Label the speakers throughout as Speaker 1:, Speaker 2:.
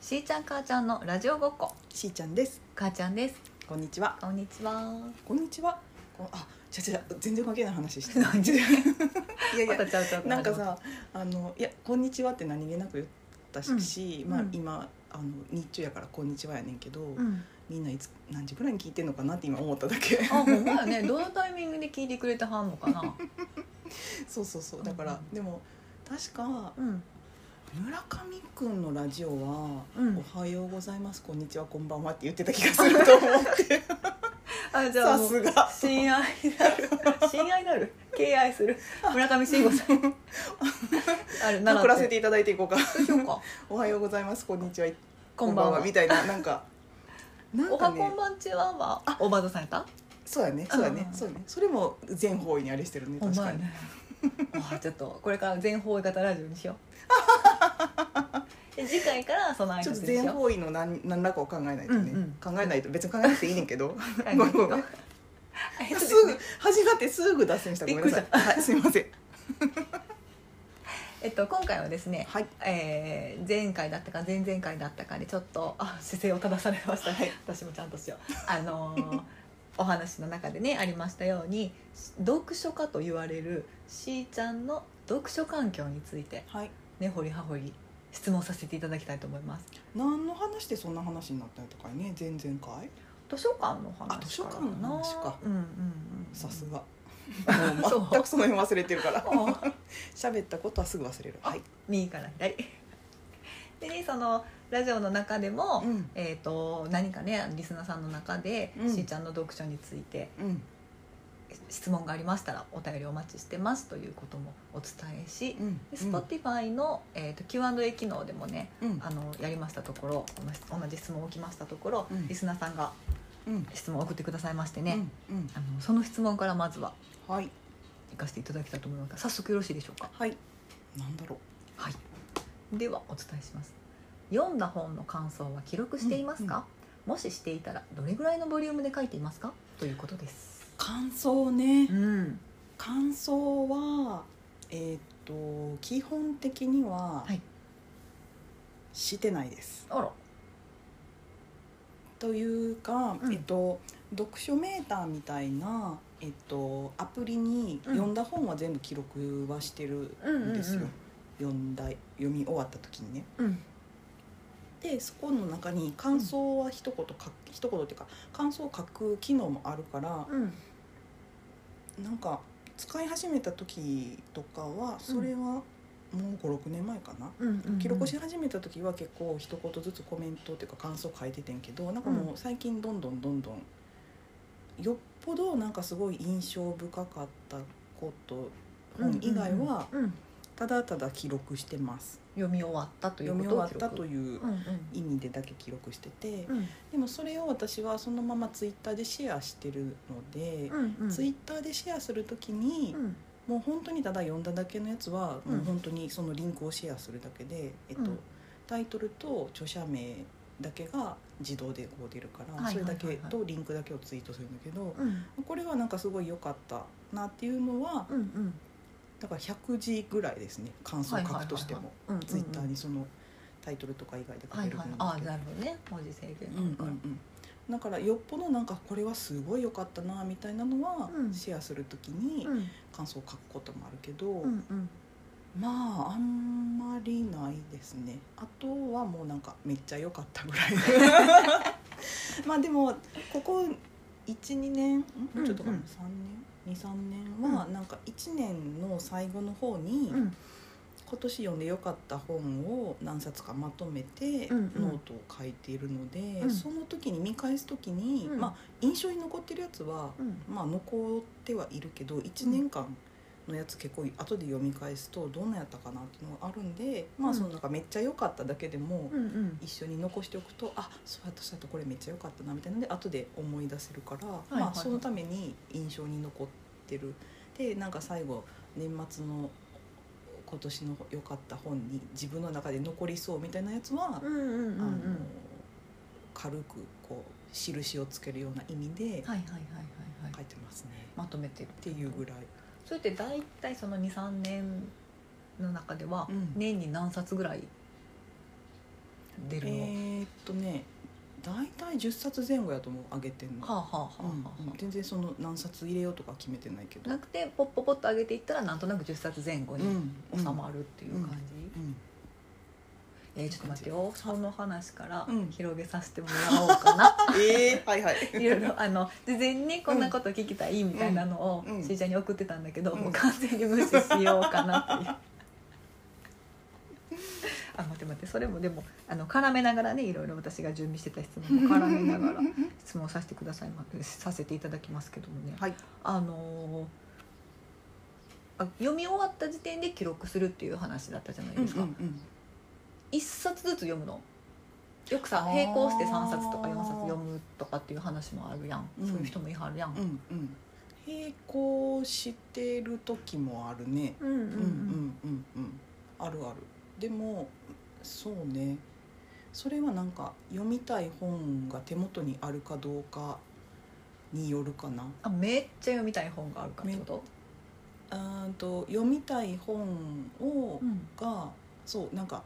Speaker 1: しーちゃん母ちゃんのラジオごっこ
Speaker 2: しーちゃんです
Speaker 1: 母ちゃんです
Speaker 2: こんにちは
Speaker 1: こんにちは
Speaker 2: こんにちはこあ違う違う全然関係ない話し て
Speaker 1: 何
Speaker 2: いやい
Speaker 1: ま
Speaker 2: や
Speaker 1: たちゃうちゃう
Speaker 2: なんかさあのいやこんにちはって何気なく言ったし、
Speaker 1: うん
Speaker 2: まあ
Speaker 1: うん
Speaker 2: 今あの日中やからこんにちはやねんけど、
Speaker 1: うん
Speaker 2: みんないつ何時くらいに聞いてんのかなって今思っただけ
Speaker 1: あほんまよねどのタイミングで聞いてくれてはんのかな
Speaker 2: そうそうそうだから、
Speaker 1: うん
Speaker 2: でも確か
Speaker 1: うん
Speaker 2: 村上くんのラジオは、
Speaker 1: うん
Speaker 2: おはようございますこんにちはこんばんはって言ってた気がする と思って
Speaker 1: あじゃあ
Speaker 2: さ
Speaker 1: もう
Speaker 2: すが
Speaker 1: 親愛なる親愛なる敬愛する村上信五さんあれ
Speaker 2: 送らせ
Speaker 1: て
Speaker 2: ていただいていこうか
Speaker 1: そうしようか
Speaker 2: おはようございますこんにちは
Speaker 1: こんばんは
Speaker 2: みたいななんかな ん
Speaker 1: お
Speaker 2: か
Speaker 1: は
Speaker 2: ね
Speaker 1: こんばんちははおばあさんやった
Speaker 2: そうやねそうや
Speaker 1: うんう
Speaker 2: ね
Speaker 1: んうん
Speaker 2: そうやねそれも全方位にあれしてるね
Speaker 1: ほん
Speaker 2: 確
Speaker 1: ま
Speaker 2: か
Speaker 1: や
Speaker 2: に、
Speaker 1: ねあちょっとこれから全方位型ラジオにしよ うで次回からその挨
Speaker 2: ちょっ
Speaker 1: 拶
Speaker 2: と
Speaker 1: にし
Speaker 2: 全
Speaker 1: よ
Speaker 2: 方位の何何らかを考えないとね、
Speaker 1: うんうん
Speaker 2: 考えないと別に考えなくていいねん けど
Speaker 1: う
Speaker 2: ごめんごめん
Speaker 1: え っとですす
Speaker 2: ぐ
Speaker 1: ね
Speaker 2: 始まってすぐ脱線したごめんなさい
Speaker 1: びっ
Speaker 2: はいすみません
Speaker 1: えっと今回はですね、
Speaker 2: はい
Speaker 1: えー前回だったか前々回だったかでちょっとあ姿勢を正されましたね、
Speaker 2: はい
Speaker 1: 私もちゃんとしようあのー お話の中でねありましたように読書家と言われるしーちゃんの読書環境について
Speaker 2: はい
Speaker 1: ねほり はほり質問させていただきたいと思います
Speaker 2: 何の話でそんな話になったんとかね前々回
Speaker 1: 図書館の話からかな
Speaker 2: あ図書館の話か
Speaker 1: うんうんうんうん
Speaker 2: さすが
Speaker 1: そ
Speaker 2: も
Speaker 1: う
Speaker 2: う全くその辺忘れてるから
Speaker 1: もう
Speaker 2: 喋ったことはすぐ忘れるはい
Speaker 1: 右から左 でねそのラジオの中でも、
Speaker 2: うん
Speaker 1: えー、と何かねリスナーさんの中で、
Speaker 2: うん
Speaker 1: しーちゃんの読書について
Speaker 2: うん
Speaker 1: 質問がありましたらお便りお待ちしてますということもお伝えし、
Speaker 2: うん
Speaker 1: で Spotify の、えー、と Q&A 機能でもね
Speaker 2: うん
Speaker 1: あのやりましたところ同じ同じ質問を置きましたところ、
Speaker 2: うん
Speaker 1: リスナーさんが
Speaker 2: うん
Speaker 1: 質問を送ってくださいましてね、
Speaker 2: うんうん
Speaker 1: あのその質問からまずは
Speaker 2: はい
Speaker 1: 行かせていただきたいと思いますが早速よろしいでしょうか
Speaker 2: はいなんだろう
Speaker 1: はい、ではお伝えします読んだ本の感想は記録していますか、もししていたらどれぐらいのボリュームで書いていますかということです
Speaker 2: 感想ね
Speaker 1: うん
Speaker 2: 感想はえーっと基本的には、
Speaker 1: はい
Speaker 2: してないです
Speaker 1: あら
Speaker 2: というか、
Speaker 1: うん
Speaker 2: えっと読書メーターみたいなえっとアプリに
Speaker 1: うん
Speaker 2: 読んだ本は全部記録はしてるんですよ、読んだ読み終わった時にね
Speaker 1: うん
Speaker 2: でそこの中に感想は一言書く、一言っていうか感想を書く機能もあるから、
Speaker 1: うん
Speaker 2: なんか使い始めた時とかはそれはもう56年前かな、
Speaker 1: うんうん
Speaker 2: 記録し始めた時は結構一言ずつコメントっていうか感想書いててんけどなんかもう最近どんどんどんどんよっぽどなんかすごい印象深かったこと本以外は
Speaker 1: うんうんうん
Speaker 2: ただただ記録してます、
Speaker 1: 読み終わったという
Speaker 2: 読
Speaker 1: こ
Speaker 2: み
Speaker 1: と
Speaker 2: 終わったと
Speaker 1: いう
Speaker 2: いう
Speaker 1: うん
Speaker 2: 意味でだけ記録してて
Speaker 1: うん
Speaker 2: でもそれを私はそのままツイッターでシェアしてるので
Speaker 1: う、んうん
Speaker 2: ツイッターでシェアする時に、
Speaker 1: うん
Speaker 2: もう本当にただ読んだだけのやつは、
Speaker 1: うん
Speaker 2: もう本当にそのリンクをシェアするだけで、えっと
Speaker 1: うん
Speaker 2: タイトルと著者名だけが自動でこう出るから、
Speaker 1: はいはいはいはい
Speaker 2: それだけとリンクだけをツイートするんだけど、
Speaker 1: うん
Speaker 2: これはなんかすごい良かったなっていうのは
Speaker 1: うんうん
Speaker 2: だから100字ぐらいですね感想を書くとしても、
Speaker 1: うん
Speaker 2: ツイッターにそのタイトルとか以外で書
Speaker 1: は
Speaker 2: け
Speaker 1: い
Speaker 2: る
Speaker 1: はい
Speaker 2: 分
Speaker 1: あ
Speaker 2: だけ
Speaker 1: なるほどね文字制限
Speaker 2: うん
Speaker 1: だか
Speaker 2: うんう
Speaker 1: ら
Speaker 2: んだからよっぽどなんかこれはすごい良かったなみたいなのは、
Speaker 1: うん
Speaker 2: シェアするときに
Speaker 1: うん
Speaker 2: 感想を書くこともあるけど。
Speaker 1: うんうん
Speaker 2: まああんまりないですねあとはもうなんかめっちゃ良かったぐらい まあでもここ12年んもうちょっとかな、
Speaker 1: うんうん
Speaker 2: 3年23年はなんか1年の最後の方に、
Speaker 1: うん
Speaker 2: 今年読んで良かった本を何冊かまとめて
Speaker 1: うんうん
Speaker 2: ノートを書いているので、
Speaker 1: うん
Speaker 2: その時に見返す時に、
Speaker 1: うん
Speaker 2: まあ印象に残ってるやつは
Speaker 1: うん
Speaker 2: まあ残ってはいるけど1年間のやつ結構後で読み返すとどんなやったかなっていうのがあるんで、ま
Speaker 1: う
Speaker 2: あ
Speaker 1: ん
Speaker 2: そのなんかめっちゃ良かっただけでも
Speaker 1: うんうん
Speaker 2: 一緒に残しておくとあそうやったそうやったこれめっちゃ良かったなみたいなので後で思い出せるから、
Speaker 1: いはい
Speaker 2: まあ、そのために印象に残ってる。でなんか最後年末の今年の良かった本に自分の中で残りそうみたいなやつは、
Speaker 1: うんうんうんう
Speaker 2: あの
Speaker 1: ん
Speaker 2: 軽くこう印をつけるような意味で
Speaker 1: はいはいはいはいはい
Speaker 2: 書いてますね。
Speaker 1: まとめてる
Speaker 2: っていうぐらい、
Speaker 1: それって大体その23年の中では
Speaker 2: うん
Speaker 1: 年に何冊ぐらい出るの、
Speaker 2: えー大体10冊前後やと思う上げてんの、
Speaker 1: はあはあはあ
Speaker 2: うん
Speaker 1: はあ、
Speaker 2: うん全然その何冊入れようとか決めてないけど、
Speaker 1: なくてポッポポッと上げていったらなんとなく10冊前後
Speaker 2: う
Speaker 1: に
Speaker 2: ん、
Speaker 1: 収まるっていう感じ、
Speaker 2: うん、
Speaker 1: えーちょっと待ってよその話から
Speaker 2: うん
Speaker 1: 広げさせてもらおうかな、
Speaker 2: えー、はいはい
Speaker 1: いろいろあの事前にこんなこと聞きたいみたいなのを
Speaker 2: うんうん
Speaker 1: しーちゃんに送ってたんだけど、
Speaker 2: うん
Speaker 1: もう完全に無視しようかなっていう あ待って待ってそれもでもあの絡めながらねいろいろ私が準備してた質問も絡めな がら質問させてくださいまさせていただきますけどもね、
Speaker 2: はい
Speaker 1: あのーあ読み終わった時点で記録するっていう話だったじゃないですか、一冊ずつ読むのよくさ
Speaker 2: あー
Speaker 1: 並行して3冊とか4冊読むとかっていう話もあるやん、
Speaker 2: うん
Speaker 1: そういう人もいはるやん、
Speaker 2: うんうん並行してる時もあるね
Speaker 1: うんうんう
Speaker 2: うんんうんうんうんあるあるでもそうねそれはなんか読みたい本が手元にあるかどうかによるかな
Speaker 1: あめっちゃ読みたい本があるかってこと、
Speaker 2: うーんと読みたい本を
Speaker 1: うん
Speaker 2: がそうなんか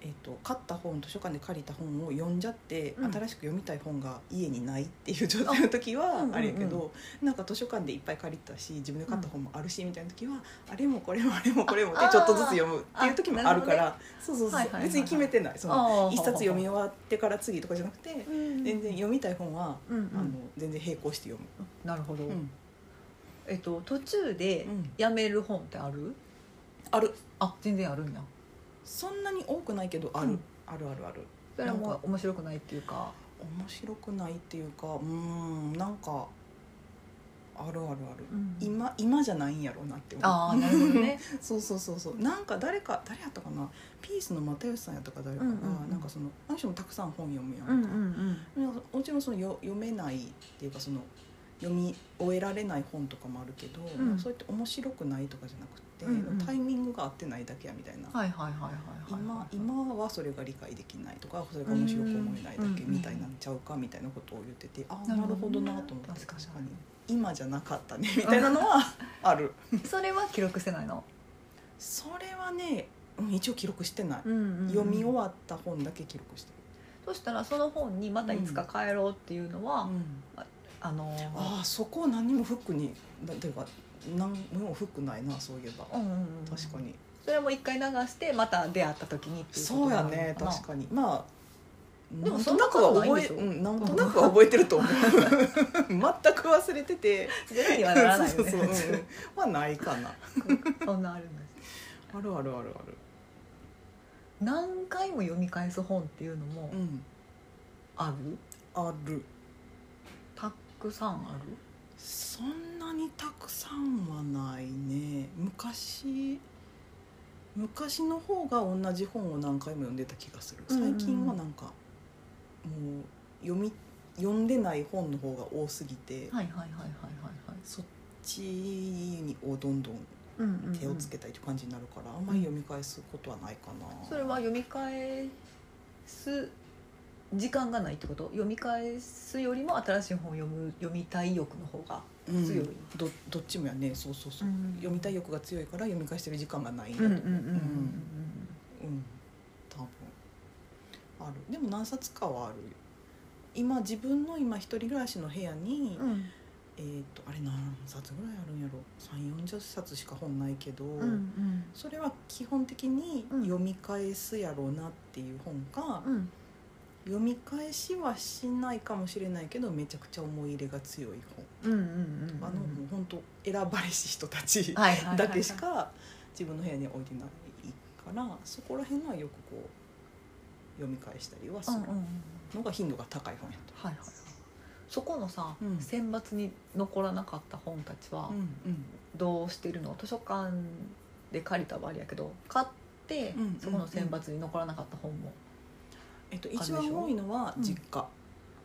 Speaker 2: えっと買った本図書館で借りた本を読んじゃって、
Speaker 1: うん
Speaker 2: 新しく読みたい本が家にないっていう状態の時は
Speaker 1: うん
Speaker 2: あれやけど、なんか図書館でいっぱい借りたし自分で買った本もあるしみたいな時は、あれもこれもあれもこれもって
Speaker 1: あ
Speaker 2: ちょっとずつ読むっていう時もあるから
Speaker 1: あ
Speaker 2: そうそうそう、
Speaker 1: はいはいはいはい
Speaker 2: 別に決めてないその
Speaker 1: あー
Speaker 2: 一冊読み終わってから次とかじゃなくて、
Speaker 1: うん
Speaker 2: 全然読みたい本は、
Speaker 1: うんう
Speaker 2: あの
Speaker 1: ん
Speaker 2: 全然並行して読
Speaker 1: なるほど、
Speaker 2: む、うん
Speaker 1: えっと途中で
Speaker 2: うん
Speaker 1: やめる本ってある
Speaker 2: ある
Speaker 1: あ全然あるんや
Speaker 2: そんなに多くないけどある、
Speaker 1: うん
Speaker 2: あるあるある
Speaker 1: それはも
Speaker 2: なん
Speaker 1: う面白くないっていうか
Speaker 2: 面白くないっていうかうーんなんかあるあるある、今今じゃないんやろうなって思う
Speaker 1: ああなるほどね
Speaker 2: そうそうそうそうなんか誰か誰やったかなピースの又吉さんやったか誰かが、
Speaker 1: うんうんうん
Speaker 2: なんかそのあの人もたくさん本読むやんか、
Speaker 1: うんうんうん
Speaker 2: なんかもちろんそのよ読めないっていうかその読み終えられない本とかもあるけど、
Speaker 1: うん
Speaker 2: なんかそうやって面白くないとかじゃなくて、
Speaker 1: うんうん
Speaker 2: タイミングが合ってないだけやみたいな、
Speaker 1: はいはいはいはいはい
Speaker 2: 今今はそれが理解できないとかそれが面白く思えないだけみたいになっちゃうかみたいなことを言っててああな
Speaker 1: な
Speaker 2: る
Speaker 1: るほど
Speaker 2: ほどなと思っ
Speaker 1: 確
Speaker 2: て
Speaker 1: かに
Speaker 2: 今じゃなかったね みたいなのはある
Speaker 1: それは記録してないの、
Speaker 2: それはねうん一応記録してない、読
Speaker 1: 読み
Speaker 2: み
Speaker 1: 終
Speaker 2: 終
Speaker 1: わ
Speaker 2: わった本だけ記録して
Speaker 1: そしたらその本にまたいつか帰ろうっていうのは、
Speaker 2: る、うん
Speaker 1: あのー
Speaker 2: ああそこは何もフックにだというか何もフックないなそういえば、
Speaker 1: うんうんうん、
Speaker 2: 確かに
Speaker 1: それも一回流してまた出会った時にっていう
Speaker 2: そうやね
Speaker 1: ことなの
Speaker 2: 確かにまあ
Speaker 1: でも
Speaker 2: なんとなくは
Speaker 1: そんなことないで
Speaker 2: 覚え
Speaker 1: しょ
Speaker 2: うんなんとなくは覚えてると思う 全く忘れてて
Speaker 1: なゼロにはならない
Speaker 2: そ
Speaker 1: よ
Speaker 2: う そうそう、う
Speaker 1: ね
Speaker 2: んうん、まあないかな
Speaker 1: そんなあるんです
Speaker 2: あるあるあるある
Speaker 1: 何回も読み返す本っていうのも
Speaker 2: うん
Speaker 1: ある、
Speaker 2: ある
Speaker 1: たくさんある
Speaker 2: そんなにたくさんはないね昔昔の方が同じ本を何回も読んでた気がする
Speaker 1: うんうんうん
Speaker 2: 最近はなんか、もう読み読んでない本の方が多すぎて、
Speaker 1: はいはいはいはいはいはい
Speaker 2: そっちにをどんどん
Speaker 1: うんうんうん
Speaker 2: 手をつけたいという感じになるから、あんまり読み返すことはないかな。
Speaker 1: それは読み返す時間がないってこと読み返すよりも新しい本を読む読みたい欲の方が
Speaker 2: うん
Speaker 1: 強い
Speaker 2: どどっちもやねそうそうそう、
Speaker 1: うん
Speaker 2: 読みたい欲が強いから読み返してる時間がないんだ
Speaker 1: うん
Speaker 2: と
Speaker 1: うんう
Speaker 2: 思
Speaker 1: う
Speaker 2: うん
Speaker 1: ん
Speaker 2: うん多分あるでも何冊かはある今自分の今一人暮らしの部屋に、
Speaker 1: うんうんうん
Speaker 2: えっ、とあれ何冊ぐらいあるんやろ3 4 0冊しか本ないけど、
Speaker 1: うんうん
Speaker 2: それは基本的に読み返すやろうなっていう本か、
Speaker 1: うん
Speaker 2: 読み返しはしないかもしれないけどめちゃくちゃ思い入れが強い
Speaker 1: うんうんうん
Speaker 2: 本、あのもう本当選ばれし人たち
Speaker 1: はいはいはいはい
Speaker 2: だけしか自分の部屋には置いてないからそこら辺はよくこう読み返したりはす
Speaker 1: うん
Speaker 2: る
Speaker 1: うんうん
Speaker 2: のが頻度が高い本やと。
Speaker 1: はいはいはいそこのさ、
Speaker 2: うん
Speaker 1: 選抜に残らなかった本たちは
Speaker 2: うん
Speaker 1: どうしてるの、図書館で借りた場合やけど買って、
Speaker 2: うんうんうん
Speaker 1: そこの選抜に残らなかった本も
Speaker 2: えっと、
Speaker 1: でし
Speaker 2: 一
Speaker 1: ょ
Speaker 2: 番多いのは実家、
Speaker 1: あ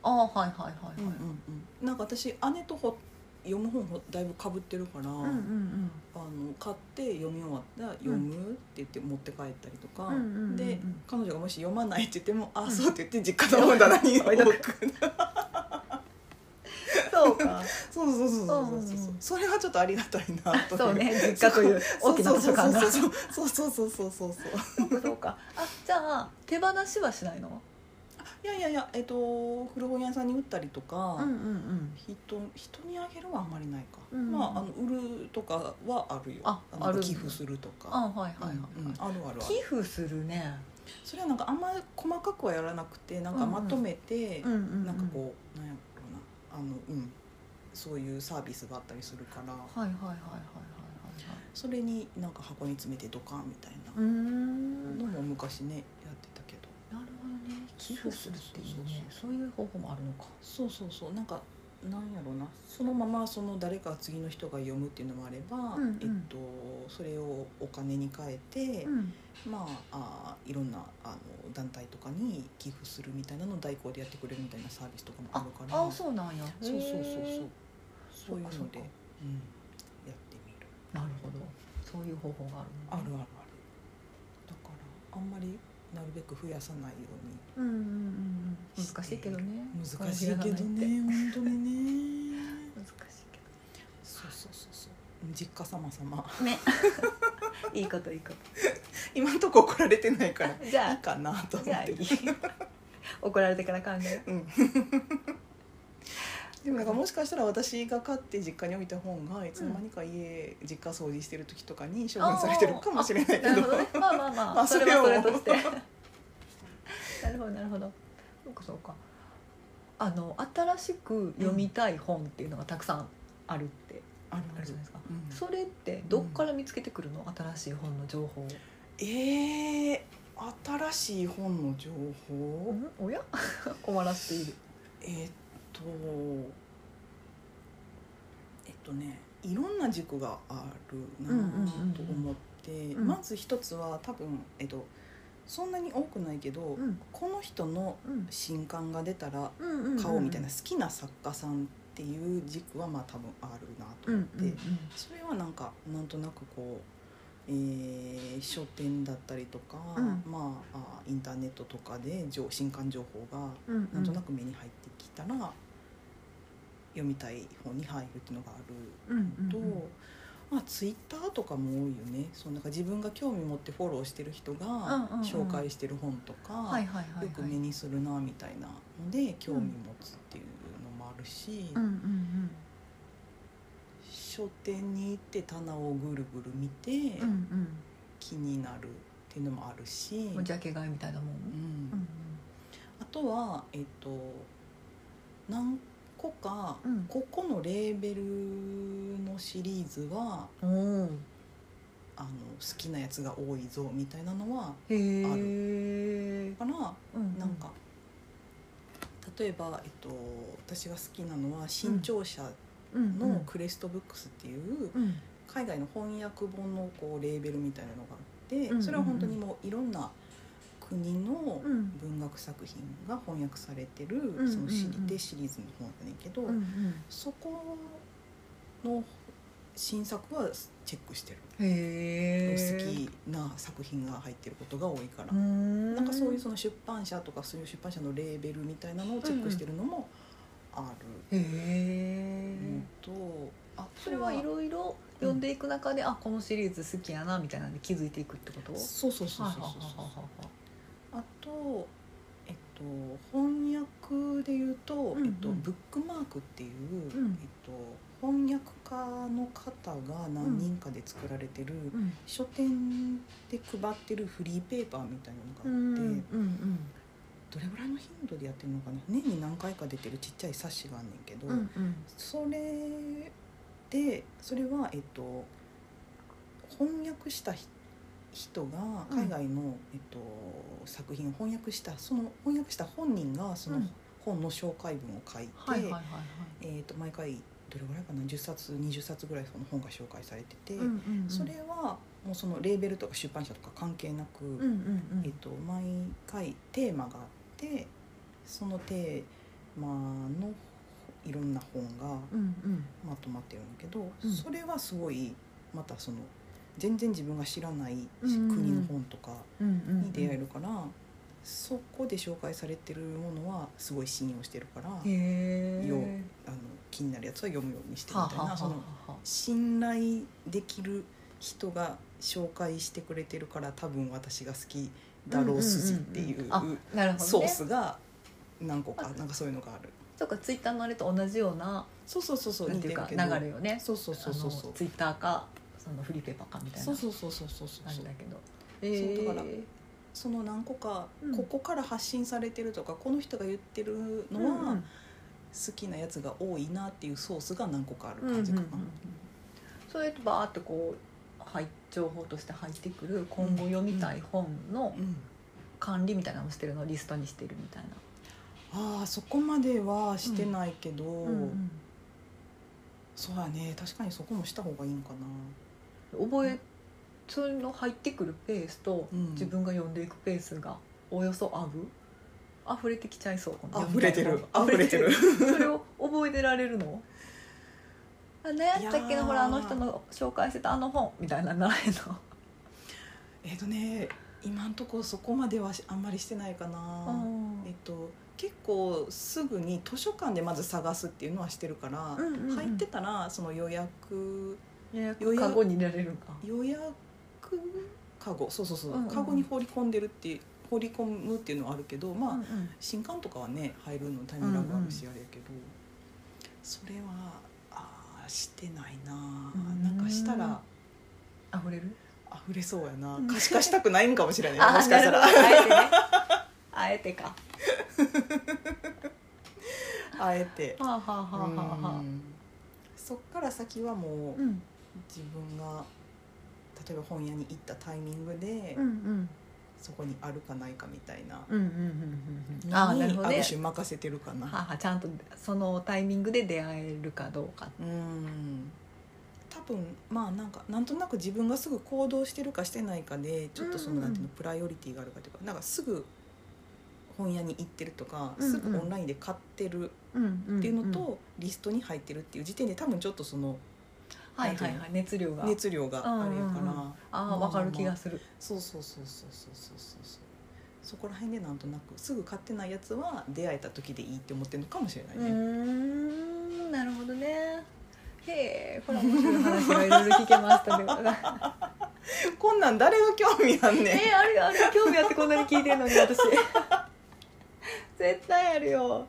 Speaker 1: あはいはいはいはい、
Speaker 2: なんか私姉とほ読む本ほだいぶかぶってるから、
Speaker 1: うんうん
Speaker 2: あの買って読み終わったら読むって言って持って帰ったりとか、
Speaker 1: うんうんうんうん
Speaker 2: で彼女がもし読まないって言っても「あ
Speaker 1: ん
Speaker 2: そう」って言って実家の本棚 に置
Speaker 1: 置いとく
Speaker 2: く
Speaker 1: そうか
Speaker 2: そうそうそうそうそうそう
Speaker 1: うんうんうん
Speaker 2: それはちょっとありがたいな と
Speaker 1: そうね実家という大きな図書館が
Speaker 2: そうそうそうそうそうそうそうそうそうそ
Speaker 1: そうか
Speaker 2: う
Speaker 1: そうかあじゃあ手放しはしないの
Speaker 2: いやいやいや、えっと、古本屋さんに売ったりとか、
Speaker 1: うんうん
Speaker 2: 人人にあげるはあまりないか、
Speaker 1: うん
Speaker 2: まああの売るとかはあるよ
Speaker 1: あ
Speaker 2: の
Speaker 1: ある
Speaker 2: 寄付すると
Speaker 1: あ
Speaker 2: か
Speaker 1: はいはいはい、
Speaker 2: うんうんあるあるある
Speaker 1: 寄付するね、
Speaker 2: それはなんかあんま細かくはやらなくてなん
Speaker 1: うん
Speaker 2: か
Speaker 1: うん
Speaker 2: まとめて、
Speaker 1: うんうんうん、
Speaker 2: なんかこうなんやろうなあのうんそういうサービスがあったりするから
Speaker 1: はいはいはいはいはい
Speaker 2: それになんか箱に詰めてドカンみたい
Speaker 1: はいはいうー
Speaker 2: なん
Speaker 1: な
Speaker 2: の
Speaker 1: る
Speaker 2: も昔ねやってたけど
Speaker 1: ほどね寄付するっていうねそういう方法もあるのか
Speaker 2: そうそうそうなんかなんやろうなそのままその誰か次の人が読むっていうのもあれば、
Speaker 1: うんうん
Speaker 2: えっと、それをお金に換えて、
Speaker 1: ん
Speaker 2: まああいろんなあの団体とかに寄付するみたいなのを代行でやってくれるみたいなサービスとかもあ
Speaker 1: あ
Speaker 2: るから
Speaker 1: あそうなんや
Speaker 2: そうそうそう
Speaker 1: へ
Speaker 2: そ
Speaker 1: ー
Speaker 2: うそういう
Speaker 1: そう
Speaker 2: の
Speaker 1: か
Speaker 2: で、
Speaker 1: そうか
Speaker 2: うん、やってみる
Speaker 1: なるほどそういう方法がある
Speaker 2: あるある
Speaker 1: の
Speaker 2: あるだからあんまりなるべく増やさないよう
Speaker 1: うんうんうんうん難しいけどね
Speaker 2: に難しいけどね本当にね
Speaker 1: 難しいけ
Speaker 2: そうそうそうそう実家様様
Speaker 1: ど ねいいこといいこ
Speaker 2: 今んとこ怒られてないから
Speaker 1: とじゃ
Speaker 2: いい
Speaker 1: あ
Speaker 2: かなと思
Speaker 1: じゃ
Speaker 2: っ
Speaker 1: あい
Speaker 2: て
Speaker 1: い怒られてから考えよ
Speaker 2: うん、 でもなんかもしかしたら私が飼って実家に置いた本がいつの間にか家、実家掃除してる時とかに処分されてるかもしれな
Speaker 1: う
Speaker 2: いけ
Speaker 1: な
Speaker 2: ど
Speaker 1: るほどねまあまあ まあ、
Speaker 2: まあ
Speaker 1: それは
Speaker 2: そ
Speaker 1: そ
Speaker 2: れ
Speaker 1: れ
Speaker 2: を
Speaker 1: としてなるほどなるほどそうかそうかあの新しく読みたい本っていうのがたくさんあるって
Speaker 2: ある
Speaker 1: あるじゃないですか、
Speaker 2: うん
Speaker 1: それってどっから見つけてくるの、新しい本の情報、
Speaker 2: えー新しい本の情報、
Speaker 1: うん、おや 困らせている
Speaker 2: えーっとえっとねいろんな軸があるなあと思って、
Speaker 1: うん
Speaker 2: まず一つは多分、えっと、そんなに多くないけど、
Speaker 1: うん
Speaker 2: この人の
Speaker 1: うん
Speaker 2: 新刊が出たら
Speaker 1: うんうんうん
Speaker 2: 買おうみたいな好きな作家さんっていう軸はまあ多分あるなと
Speaker 1: うんう
Speaker 2: 思っ
Speaker 1: ん
Speaker 2: て、
Speaker 1: うん
Speaker 2: それはなんかなんとなくこう、えー書店だったりとか、
Speaker 1: うん
Speaker 2: まああインターネットとかで情新刊情報が
Speaker 1: うんうん
Speaker 2: なんとなく目に入ってきたら、読みたい方に入るっていうのがある
Speaker 1: うんうん
Speaker 2: と、まあ、ツイッターとかも多いよねそのなんか自分が興味持ってフォローしてる人が
Speaker 1: んうんうん
Speaker 2: 紹介してる本とか、
Speaker 1: はいはいはいはい
Speaker 2: よく目にするなみたいなので興味持つっていうのもあるし、
Speaker 1: うんうんうん
Speaker 2: 書店に行って棚をぐるぐる見て
Speaker 1: うんうん
Speaker 2: 気になるっていうのもあるし、
Speaker 1: もうジャケ買いみたいなもん、
Speaker 2: うん
Speaker 1: うん
Speaker 2: あとは、えっと何個か、
Speaker 1: うん
Speaker 2: ここのレーベルのシリーズは
Speaker 1: うん、おー
Speaker 2: あの好きなやつが多いぞみたいなのは
Speaker 1: へえ
Speaker 2: だから
Speaker 1: うん
Speaker 2: なんか、例えば、えっと、私が好きなのは新潮社
Speaker 1: うん
Speaker 2: のクレストブックスっていう
Speaker 1: うん
Speaker 2: 海外の翻訳本のこうレーベルみたいなのがあっ
Speaker 1: うんうんうん
Speaker 2: てそれは本当にもういろんな国の
Speaker 1: うん
Speaker 2: 文学作品が翻訳されてる
Speaker 1: んうん
Speaker 2: そのシリでシリーズの本やねんけど
Speaker 1: うんうん
Speaker 2: そこの新作はチェックしてる
Speaker 1: へえ
Speaker 2: 好きな作品が入ってることが多いから
Speaker 1: うー。ん
Speaker 2: なんかそういうその出版社とかそういう出版社のレーベルみたいなのをチェックしてるのもあ
Speaker 1: へ
Speaker 2: る
Speaker 1: え、
Speaker 2: のと、あ
Speaker 1: それはいろいろ読んでいく中で、あこのシリーズ好きやなみたいなんで気づいていくってこと
Speaker 2: そうそうそうそうそうそうあと、えっと、翻訳で言うと、
Speaker 1: んうん
Speaker 2: えっと、ブックマークっていう、
Speaker 1: うん
Speaker 2: えっと、翻訳家の方が何人かで作られてる、
Speaker 1: うん
Speaker 2: 書店で配ってるフリーペーパーみたいな
Speaker 1: う
Speaker 2: の
Speaker 1: ん
Speaker 2: があって、
Speaker 1: うん
Speaker 2: どれぐらいの頻度でやってるのかな年に何回か出てるちっちゃい冊子があんねんけど、
Speaker 1: うんうん
Speaker 2: それでそれは、えっと、翻訳したひ人が
Speaker 1: うん
Speaker 2: 海外の、えっと、作品を翻訳したその翻訳した本人がその
Speaker 1: うん
Speaker 2: 本の紹介文を書いて、
Speaker 1: はいはいはいはい
Speaker 2: えっと、毎回どれぐらいかな10冊20冊ぐらいその本が紹介されてて、
Speaker 1: うんうんうん
Speaker 2: それはもうそのレーベルとか出版社とか関係なく、
Speaker 1: うんうん
Speaker 2: えっと、毎回テーマがあってそのテーマのいろんな本が
Speaker 1: うんうん
Speaker 2: まとまってるんだけど、
Speaker 1: うん
Speaker 2: それはすごいまたその全然自分が知らないし
Speaker 1: うんうんうん
Speaker 2: 国の本とか
Speaker 1: うんうんうん
Speaker 2: に出会えるから、そこで紹介されてるものはすごい信用してるから、
Speaker 1: へえ
Speaker 2: ようあの気になるやつは読むようにしてる
Speaker 1: はあ
Speaker 2: みた
Speaker 1: は
Speaker 2: い
Speaker 1: あは
Speaker 2: な
Speaker 1: あ
Speaker 2: その
Speaker 1: は
Speaker 2: 信頼できる人が紹介してくれてるから多分私が好きだろう筋ってい
Speaker 1: んんんんあ
Speaker 2: う
Speaker 1: なるほどね
Speaker 2: ソースが何個かなんかそういうのがある
Speaker 1: とかツイッターのあれと同じような
Speaker 2: そうそうそうそう
Speaker 1: なん
Speaker 2: 似
Speaker 1: て
Speaker 2: て
Speaker 1: いう
Speaker 2: る
Speaker 1: か
Speaker 2: け
Speaker 1: 流
Speaker 2: ど
Speaker 1: れよね
Speaker 2: そうそうそうそうそ
Speaker 1: あ
Speaker 2: う
Speaker 1: のツイッターかそのフリペパかみたい
Speaker 2: そ
Speaker 1: な
Speaker 2: うそうそうそうそうそう
Speaker 1: あれだけど
Speaker 2: そうだから
Speaker 1: えー
Speaker 2: その何個か、
Speaker 1: うん
Speaker 2: ここから発信されてるとかこの人が言ってるのは、
Speaker 1: うんうん
Speaker 2: 好きなやつが多いなっていうソースが何個かある
Speaker 1: うんうんう
Speaker 2: 感
Speaker 1: ん
Speaker 2: じかな、
Speaker 1: それとバーってこう入っ情報として入ってくる今後読みたい本の
Speaker 2: うん
Speaker 1: 管理みたいなのをしてるのをリストにしてるみたい
Speaker 2: ああそこまではしてないけど、
Speaker 1: な、
Speaker 2: そうやね確かにそこもした方がいいんかな
Speaker 1: 覚えそれの入ってくるペースと
Speaker 2: うん
Speaker 1: 自分が読んでいくペースがおおよそ合う溢れてきちゃいそうこの
Speaker 2: 溢れてる
Speaker 1: 読みたい本
Speaker 2: 溢 れ
Speaker 1: それを覚えてられるのあ悩んだっけ
Speaker 2: いや
Speaker 1: な
Speaker 2: ー
Speaker 1: ほらあの人の紹介してたあの本みたいなのならへんの
Speaker 2: えっ、とね今んとこそこまではしあんまりしてないかな、えっと結構すぐに図書館でまず探すっていうのはしてるから、
Speaker 1: うんうんうん
Speaker 2: 入ってたらその予約
Speaker 1: 予約
Speaker 2: 予約
Speaker 1: カゴに入れられるんか
Speaker 2: 予約かごそうそうそう、
Speaker 1: うんうん
Speaker 2: かごに放り込んでるって放り込むっていうのはあるけどまあ、
Speaker 1: うんうん
Speaker 2: 新刊とかはね入るのタイムラグあるしあれやけど、それはあーしてないな
Speaker 1: うん
Speaker 2: なんかしたら
Speaker 1: 溢れる
Speaker 2: 溢れそうやな
Speaker 1: うん
Speaker 2: 可視化したくないんかもしれない
Speaker 1: あ
Speaker 2: もしかしたら
Speaker 1: なるほどあえてねあえてかは
Speaker 2: あえて
Speaker 1: あはあはあはあはあ
Speaker 2: うんそっから先はもう
Speaker 1: うん
Speaker 2: 自分が例えば本屋に行ったタイミングで
Speaker 1: うんうん
Speaker 2: そこにあるかないかみたいな
Speaker 1: うんうんうんうんああなるほど
Speaker 2: に
Speaker 1: ね
Speaker 2: る種任せてるか
Speaker 1: は
Speaker 2: な
Speaker 1: あはあちゃんとそのタイミングで出会えるかどうか
Speaker 2: うん多分まあなんかなんとなく自分がすぐ行動してるかしてないかでちょっとその、
Speaker 1: うんうん
Speaker 2: なんていうのプライオリティがあるかというかなんかすぐ本屋に行ってるとか、
Speaker 1: うんうん
Speaker 2: すぐオンラインで買ってるっていうのと、リストに入ってるっていう時点で多分ちょっとその
Speaker 1: はいはいはい熱量が
Speaker 2: 熱量がある
Speaker 1: うんう
Speaker 2: やから、
Speaker 1: んうんああわかる気がする
Speaker 2: そうそうそうそうそうそうそうそうそこら辺でなんとなくすぐ買ってないやつは出会えた時でいいって思ってるのかもしれないう
Speaker 1: ー
Speaker 2: ね。
Speaker 1: んなるほどねへえこれは面白い話がいろいろ聞けましたね
Speaker 2: こんなん誰が興味あんね ん
Speaker 1: えー、あるよあるよ興味あってこんなに聞いてんのに私 絶対あるよ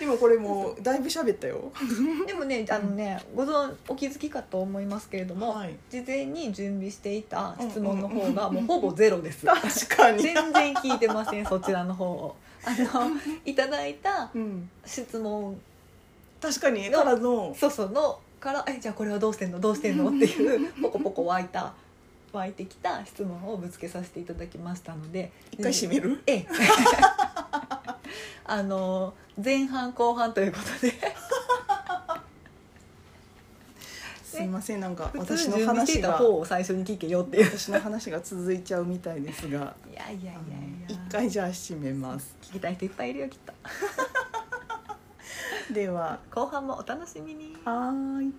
Speaker 2: でもこれもうだいぶ喋ったよ。
Speaker 1: でもねあのねご存お気づきかと思いますけれども、
Speaker 2: はい
Speaker 1: 事前に準備していた質問の方がもうほぼゼロ です
Speaker 2: 確かに。
Speaker 1: 全然聞いてませんそちらの方をあのいただいた
Speaker 2: うん、
Speaker 1: 質問
Speaker 2: 確かにからの
Speaker 1: そうそうのから「えじゃあこれはどうしてんのどうしてんの?」っていうポコポコ湧いた湧いてきた質問をぶつけさせていただきましたので
Speaker 2: 一回閉める、
Speaker 1: え えあの前半後半ということ です
Speaker 2: いませんなんか
Speaker 1: 普
Speaker 2: 私
Speaker 1: 通
Speaker 2: の
Speaker 1: 準備して
Speaker 2: 話
Speaker 1: いた
Speaker 2: が
Speaker 1: 方を最初に聞けよっていう
Speaker 2: 私の話が続いちゃうみたいですが
Speaker 1: いやいやいやいや
Speaker 2: あの一回じゃあ閉めます
Speaker 1: 聞きたい人いっぱいいるよきっと
Speaker 2: では
Speaker 1: 後半もお楽しみに
Speaker 2: はーい